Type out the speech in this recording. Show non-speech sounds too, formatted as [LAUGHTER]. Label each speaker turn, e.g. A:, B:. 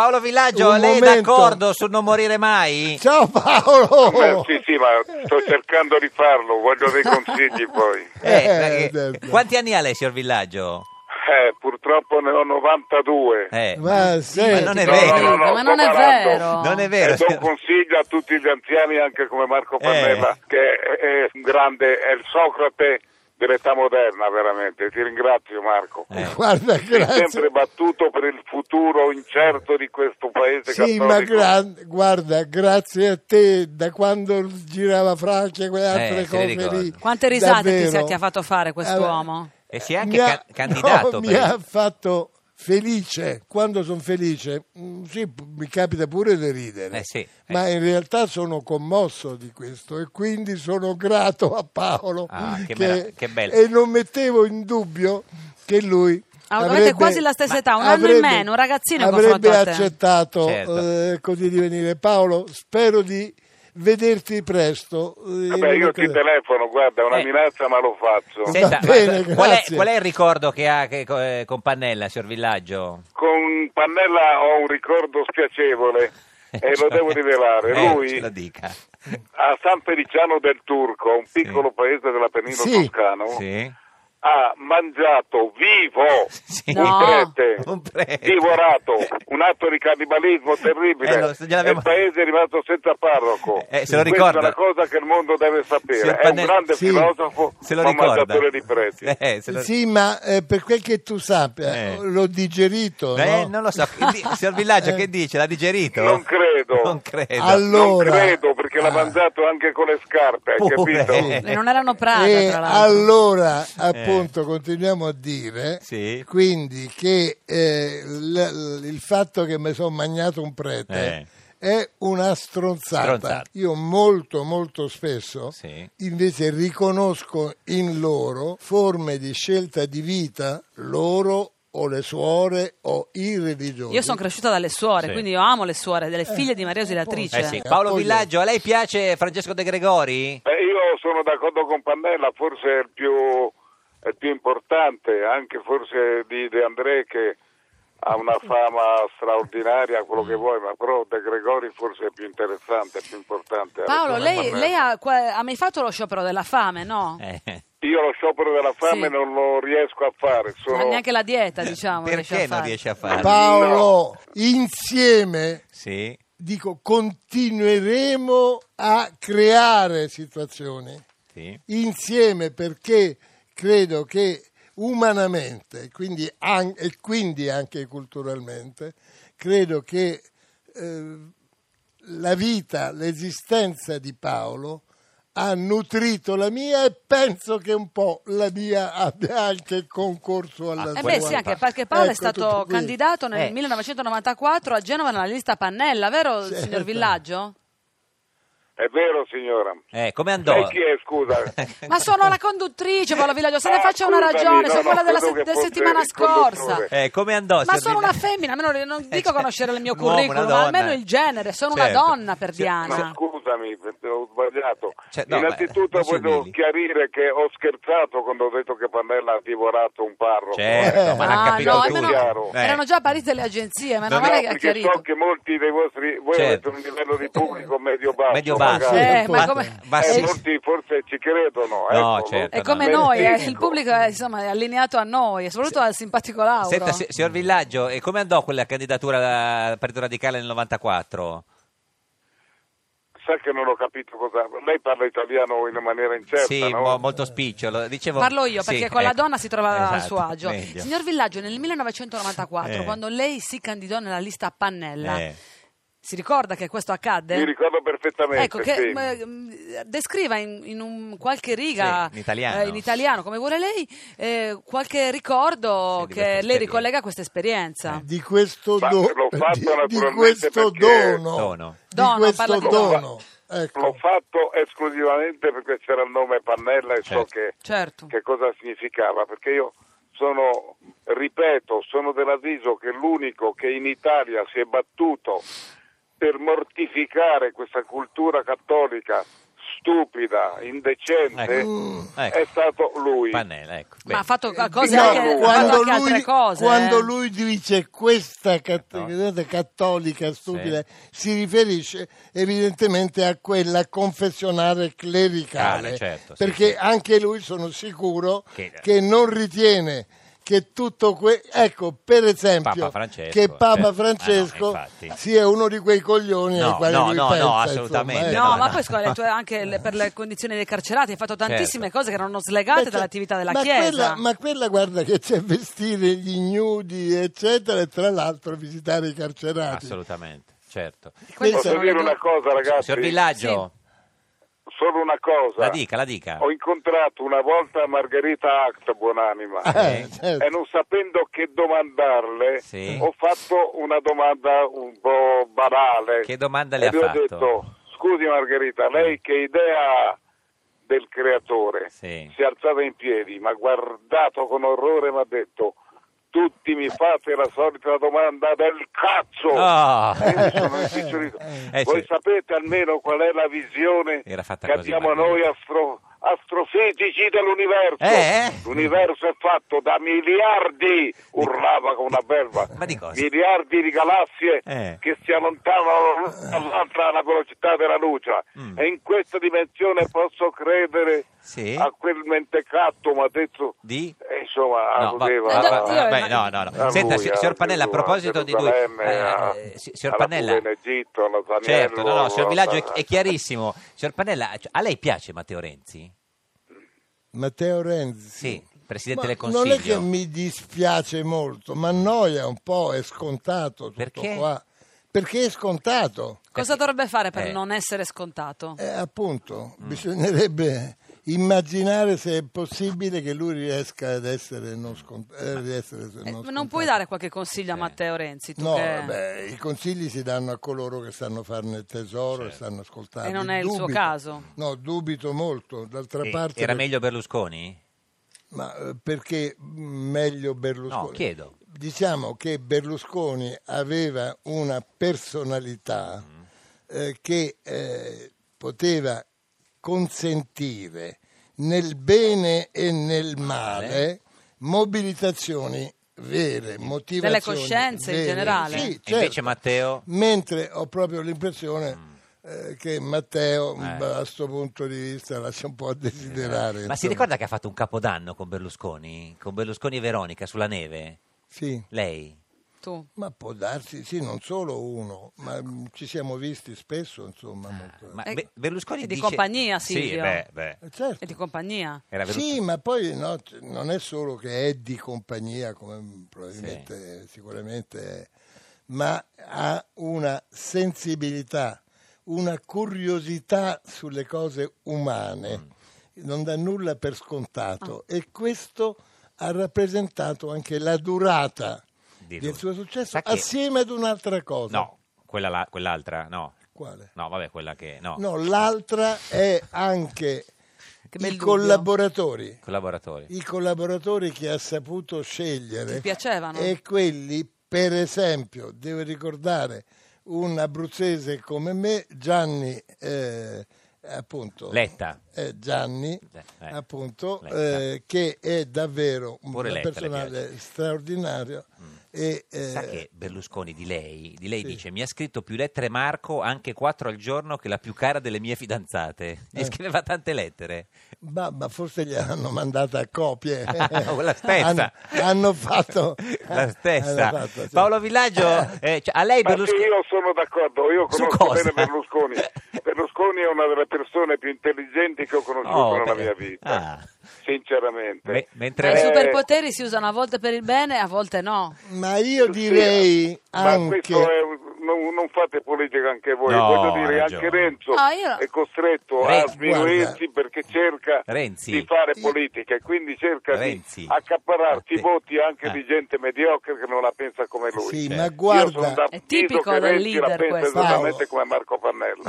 A: Paolo Villaggio,
B: Un
A: lei è
B: momento.
A: d'accordo sul non morire mai?
B: Ciao
A: Oh.
C: Beh,
B: Paolo!
C: Eh, sì, sì, ma
A: [LAUGHS]
C: sto cercando di farlo, voglio dei consigli poi.
A: Eh,
B: Eh,
A: perché-
B: certo.
A: quanti anni ha lei, signor Villaggio?
C: Eh, purtroppo ne ho 92.
A: Eh,
B: Ma sì,
A: ma non è
C: No,
A: vero.
C: no, no, no,
D: ma non è
C: sto parlando.
D: vero.
A: Non è vero. Eh.
C: E do un consiglio a tutti gli anziani, anche come Marco Pannella, che è, è un grande, è il Socrate dell'età moderna, veramente. Ti ringrazio Marco.
A: Eh.
B: guarda,
C: Sei sempre
B: grazie.
C: battuto per il futuro incerto di questo paese
B: Sì, ma
C: cattolico.
B: gran- guarda, grazie a te, da quando girava Francia e quelle altre
A: Eh, se le
B: cose lì.
A: ricordo.
D: Quante risate
B: davvero.
D: ti, sa- ti ha fatto fare quest'uomo?
A: E si è anche
B: Mi ha-
A: ca- candidato.
B: no,
A: per
B: mi ha fatto felice quando sono felice mm, sì, p- mi capita pure di ridere
A: Eh sì, eh.
B: ma in realtà sono commosso di questo e quindi sono grato a Paolo
A: Ah, che merav- che bello.
B: e non mettevo in dubbio che lui
D: Ah, avete
B: avrebbe-
D: quasi la stessa età, un anno in meno, un ragazzino in
B: avrebbe
D: confronto a te.
B: accettato
A: Certo.
B: eh, così di venire Paolo spero di vederti presto eh,
C: Vabbè, io ti telefono, guarda, è una
A: Eh.
C: minaccia, ma lo faccio.
A: Senta,
B: Va
A: ma
B: bene,
A: qual, è,
B: grazie.
A: qual è il ricordo che ha che- co- eh, con Pannella, signor Villaggio?
C: Con Pannella ho un ricordo
A: [LAUGHS]
C: spiacevole e Eh, lo
A: Cioè-
C: devo rivelare.
A: Eh,
C: Lui
A: ce lo dica.
C: a San Feliciano del Turco, un piccolo paese della penisola
B: Sì.
C: toscana,
A: Sì.
C: ha mangiato vivo
A: Sì.
D: No.
C: un prete.
A: Ah, Un prete.
C: Divorato, un atto di cannibalismo terribile.
A: Eh, lo-
C: e
A: gliel'abbiamo-
C: il paese è rimasto senza parroco.
A: Eh, se lo
C: Questa
A: ricorda.
C: è una cosa che il mondo deve sapere.
A: Signor
C: È un
A: Pannella-
C: grande
B: Sì.
C: filosofo,
A: Se lo
C: ma un
A: ricorda.
C: mangiatore di preti.
A: Eh, se lo-
B: Sì, ma eh, per quel che tu sappia,
A: Eh.
B: l'ho digerito.
A: Eh,
B: no? Eh.
A: non lo so. Che di- signor Villaggio, che dice? L'ha digerito?
C: Non credo.
A: Non credo.
B: Allora-
C: Non credo perché l'ha mangiato anche con le scarpe, hai
A: Ah. Pure.
C: capito?
A: Eh.
D: E non erano Prada,
B: e
D: tra l'altro.
B: allora, appunto, continuiamo a dire
A: Sì.
B: quindi che eh, l- l- il fatto che mi sono mangiato un prete è una stronzata.
A: Eh. Stronzata.
B: Io molto, molto spesso
A: Sì.
B: invece riconosco in loro forme di scelta di vita loro o le suore o i religiosi.
D: Io sono cresciuta dalle suore,
A: Sì.
D: quindi io amo le suore, delle figlie di Maria Osiliatrice.
A: Eh sì. Paolo
B: Poi-
A: Villaggio, a lei piace Francesco De Gregori?
C: Beh, Eh, io sono d'accordo con Pannella, forse è il più, è il più importante, anche forse di De André che ha una fama straordinaria, quello
D: Mm.
C: che vuoi, ma però De Gregori forse è più interessante, è più importante.
D: Paolo,
C: ragione
D: lei,
C: Pannella.
D: lei ha, qua- ha mai fatto lo sciopero della fame, no?
A: Eh.
C: Io lo sciopero della fame
D: Sì.
C: non lo riesco a fare,
D: Ma
C: sono...
D: Eh, neanche la dieta, diciamo. riesce a
A: Perché non
D: fare.
A: riesce a farlo?
B: Paolo, insieme
A: sì.
B: dico, continueremo a creare situazioni
A: sì.
B: insieme perché credo che umanamente quindi an- e quindi anche culturalmente, credo che eh, la vita, l'esistenza di Paolo ha nutrito la mia e penso che un po' la mia abbia anche concorso alla
D: Eh
B: sua.
D: beh sì, anche perché Paolo è
B: Ecco, tutto
D: stato
B: qui.
D: candidato nel
A: Eh.
D: 1994 a Genova nella lista Pannella, vero signor Villaggio?
C: È vero signora.
A: Eh, come
C: Lei
A: andò?
C: chi è, scusa?
A: [LAUGHS]
D: Ma sono la conduttrice, Paolo Villaggio, se ne
C: Ah,
D: faccia una
C: scusami,
D: ragione,
C: no,
D: sono
C: no,
D: quella della
C: credo
D: se-
C: che
D: della
C: fosse
D: settimana
C: il conduttore.
D: scorsa.
A: Eh, come andò?
D: Ma
A: signor
D: sono
A: Vill-
D: una femmina, almeno le-
A: [LAUGHS]
D: non
A: Eh,
D: dico
A: cioè,
D: conoscere il mio
A: un uomo, una
D: curriculum, ma
A: donna.
D: almeno il genere, sono una
A: Certo.
D: donna per
A: Signor-
D: Diana.
C: Ma scusami, perché ho sbagliato.
A: Cioè, no,
C: Innanzitutto
A: ma- non si
C: voglio
A: umili.
C: chiarire che ho scherzato quando ho detto che Pannella ha divorato un parroco.
A: Certo,
B: Eh.
A: ma l'ha
D: Ah,
A: capito
D: no,
C: è
A: tutti.
D: almeno,
C: chiaro.
A: Eh.
D: erano già apparite le agenzie, ma
A: No,
D: non
C: No,
D: è che ha
C: perché
D: chiarito.
C: so che molti dei vostri voi
A: Certo.
C: avete un livello di pubblico medio basso,
A: Medio basso.
C: magari.
D: Eh, ma
A: Ma-
D: come-
A: ma
C: Eh,
A: sì, sì.
C: molti forse ci credono,
A: No,
C: ecco,
A: certo,
D: È come
C: Me ne
D: noi, eh, il
C: dico.
D: pubblico è, insomma, è allineato a noi, e soprattutto al simpatico Lauro.
A: Senta, si- signor Villaggio, e come andò quella candidatura al Partito Radicale nel 94?
C: Sa che non ho capito cosa. Lei parla italiano in maniera incerta,
A: sì,
C: Certo, no?
A: mo- molto spicciolo. Dicevo,
D: Parlo io
A: sì,
D: perché con la
A: ecco.
D: donna si trova al
A: Esatto,
D: suo agio.
A: meglio.
D: Signor Villaggio, nel 1994,
A: Eh.
D: quando lei si candidò nella lista Pannella,
A: Eh.
D: si ricorda che questo accadde?
C: Mi ricordo perfettamente.
D: Ecco, che,
C: sì.
D: eh, mh, descriva in, in un qualche riga eh,
A: Sì, in italiano.
D: in italiano, come vuole lei, eh, qualche ricordo
A: Sì, di questa
D: che lei
A: esperienza. Eh.
D: ricollega a questa esperienza.
B: di questo,
C: Ma
B: do-
C: l'ho fatto
B: [LAUGHS] di- di,
C: naturalmente
B: questo
C: perché-
B: dono,
A: Dono.
B: di
D: Dono, parla
B: questo
D: di
B: dono.
C: dono. L'ho
B: Ecco.
C: fatto esclusivamente perché c'era il nome Pannella e so
A: Certo.
C: che
D: Certo.
C: che cosa significava, perché io sono, ripeto, sono dell'avviso che l'unico che in Italia si è battuto per mortificare questa cultura cattolica stupida, indecente,
A: Ecco.
C: è stato lui.
A: Pannella, ecco.
D: Ma
A: Bene.
D: ha fatto cose
C: No,
D: anche, ha fatto anche altre cose.
B: diciamo, quando
D: eh.
B: lui dice questa cat- guardate, cattolica stupida si riferisce evidentemente a quella confessionale clericale,
A: Cale, certo, sì,
B: perché
A: sì.
B: anche lui sono sicuro
A: Che- eh.
B: che, non ritiene che tutto que- ecco per esempio
A: Papa Francesco,
B: che Papa
A: certo.
B: Francesco
A: Ah, no, infatti.
B: sia uno di quei coglioni
A: No,
B: ai quali
A: no,
B: lui
A: no,
B: pensa
A: no,
B: insomma,
A: assolutamente,
B: eh.
A: no,
D: No, ma
A: no.
D: poi scusa,
A: [LAUGHS]
D: le tue- anche le- per le condizioni dei carcerati hai fatto tantissime
A: Certo.
D: cose che erano slegate
B: Beh, cioè,
D: dall'attività della
B: ma
D: Chiesa.
B: Quella, ma quella, guarda, che c'è vestire gli ignudi, eccetera, e tra l'altro visitare i carcerati.
A: Assolutamente, certo.
D: Quelle
B: Posso
C: Posso
D: sono le
C: dire
D: due-
C: una cosa, ragazzi?
A: Signor Villaggio,
C: Solo una cosa.
A: la dica, la dica.
C: Ho incontrato una volta Margherita Act, buonanima,
A: Ah,
B: Eh, certo.
C: e non sapendo che domandarle,
A: Sì.
C: ho fatto una domanda un po' banale.
A: Che domanda le
C: E
A: ha
C: ho
A: fatto? Mm.
C: detto, scusi Margherita, lei che idea ha del creatore?
A: Sì.
C: Si è alzata in piedi, mi ha guardato con orrore e mi ha detto, tutti mi fate la solita domanda del cazzo!
A: Oh.
B: Ah.
C: E io sono impicciolito.
A: Eh,
C: Voi
A: sì.
C: sapete almeno qual è la visione
A: Era fatta
C: che
A: così,
C: abbiamo
A: Margherita.
C: noi astro- astrofisici dell'universo?
A: Eh?
C: L'universo è fatto da miliardi, urlava con una belva,
A: [LAUGHS] Ma di cosa?
C: miliardi di galassie
A: Eh.
C: che si allontanano dall'altra alla velocità della luce. E in questa dimensione posso credere
A: Mm. Sì.
C: a quel mentecatto, ma detto...
A: Di?
C: eh, Insomma,
A: No, va-
C: alludeva
A: va- va-
C: a-
D: Io-
A: vabbè, no,
D: ma-
A: no, no.
C: a
A: Senta,
C: lui,
A: si- signor
C: a
A: Pannella, a
C: Gesù,
A: proposito di lui,
C: Gerusalemme, a-
A: eh, eh, si- signor
C: alla
A: Pannella,
C: Cuba in Egitto, allo Zaniello,
A: certo, no, no, signor
C: alla-
A: Villaggio è, è chiarissimo. Signor Pannella, cioè, a lei piace Matteo Renzi?
B: Matteo Renzi.
A: Sì, Presidente
B: Mm. Ma
A: del
B: Non è che
A: Consiglio.
B: mi dispiace molto, ma annoia un po', è scontato tutto
A: Perché?
B: qua. Perché è scontato,
D: Cosa dovrebbe fare per
A: Eh.
D: non essere scontato?
B: Eh, appunto,
A: Mm.
B: bisognerebbe immaginare se è possibile che lui riesca ad essere non, scont- eh, di essere non
D: Eh,
B: scontato.
D: non puoi dare qualche consiglio a
A: Eh.
D: Matteo Renzi, tu
B: No,
D: che...
B: beh, i consigli si danno a coloro che sanno farne tesoro e stanno ascoltando.
D: E non è il suo caso.
B: No, dubito molto. D'altra
A: Eh,
B: parte,
A: Era
B: per-
A: meglio Berlusconi?
B: ma eh, perché meglio Berlusconi?
A: No, chiedo.
B: Diciamo che Berlusconi aveva una personalità
A: Mm.
B: eh, che eh, poteva consentire nel bene e nel male mobilitazioni vere, motivazioni
D: coscienze in
B: vere.
D: generale.
B: Sì,
A: E Invece
B: certo
A: Matteo?
B: mentre ho proprio l'impressione
A: Mm.
B: eh, che Matteo mh, a questo punto di vista lascia un po' a desiderare.
A: Eh. Ma si
B: insomma.
A: ricorda che ha fatto un capodanno con Berlusconi? Con Berlusconi e Veronica sulla neve?
B: Sì,
A: Lei?
D: Tu.
B: ma può darsi, sì, non solo uno, ma mh, ci siamo visti spesso, insomma. molto.
A: Ma
D: Eh,
A: Be- Berlusconi
D: è di
A: dice-
D: compagnia,
A: Sì,
D: Silvio.
A: beh, beh.
B: Eh, certo.
D: E di compagnia.
A: Era Berlusconi.
B: Sì, ma poi no, c- non è solo che è di compagnia, come probabilmente sicuramente è, ma ha una sensibilità, una curiosità sulle cose umane,
A: Mm.
B: non dà nulla per scontato
D: Ah.
B: e questo ha rappresentato anche la durata
A: Di lui.
B: del suo successo
A: Sa che-
B: assieme ad un'altra cosa.
A: No, quella là- quell'altra, no.
B: Quale?
A: No, vabbè, quella che... No,
B: No, l'altra è anche
D: Che bel
B: i
D: dubbio.
B: collaboratori
A: collaboratori.
B: i collaboratori che ha saputo
D: Ti
B: scegliere
D: piacevano?
B: e quelli, per esempio, devo ricordare un abruzzese come me, Gianni, eh, appunto,
A: Letta.
B: eh, Gianni,
A: Eh.
B: appunto,
A: Letta.
B: eh, che è davvero un
A: Pure Letta le Mm.
B: personale straordinario. E, eh,
A: Sa che Berlusconi di lei, di lei dice mi ha scritto più lettere Marco, anche quattro al giorno, che la più cara delle mie
B: Eh.
A: fidanzate. Gli scriveva tante lettere.
B: ma, ma forse gli hanno mandata a
A: [LAUGHS]
B: copie.
A: Ah, la stessa.
B: Eh. Hanno, hanno fatto
A: La stessa.
B: hanno fatto, sì.
A: Paolo Villaggio, eh, cioè, a lei
C: Ma sì,
A: Berlusconi...
C: io sono d'accordo, io
A: Su
C: conosco
A: cosa?
C: bene
A: [LAUGHS]
C: Berlusconi. Berlusconi è una delle persone più intelligenti che ho conosciuto
A: Oh,
C: nella
A: beh.
C: mia vita,
A: Ah.
C: sinceramente.
A: Me-
D: Ma
A: mentre...
D: I
C: Eh,
D: superpoteri si usano a volte per il bene, a volte no.
B: Ma io
C: Eh, Sì,
B: direi
C: ma
B: anche...
C: questo è un- non, non fate politica anche voi,
A: No,
C: voglio
A: ha
C: dire,
A: ragione.
C: anche Renzo
D: Ah, io-
C: è costretto a
A: Renzi,
C: sminuirsi perché cerca
A: Renzi.
C: di fare politica e quindi cerca
A: Renzi.
C: di accaparrarsi
A: Ah,
C: i
A: te-
C: voti anche
A: ah.
C: di gente mediocre che non la pensa come lui.
B: Sì,
A: Cioè,
B: ma
A: io
B: guarda...
C: Io sono d'accordo
D: È
C: che
D: tipico del
C: Renzi la
D: leader
C: pensa
D: questo.
B: Paolo.
C: esattamente come Marco Pannella.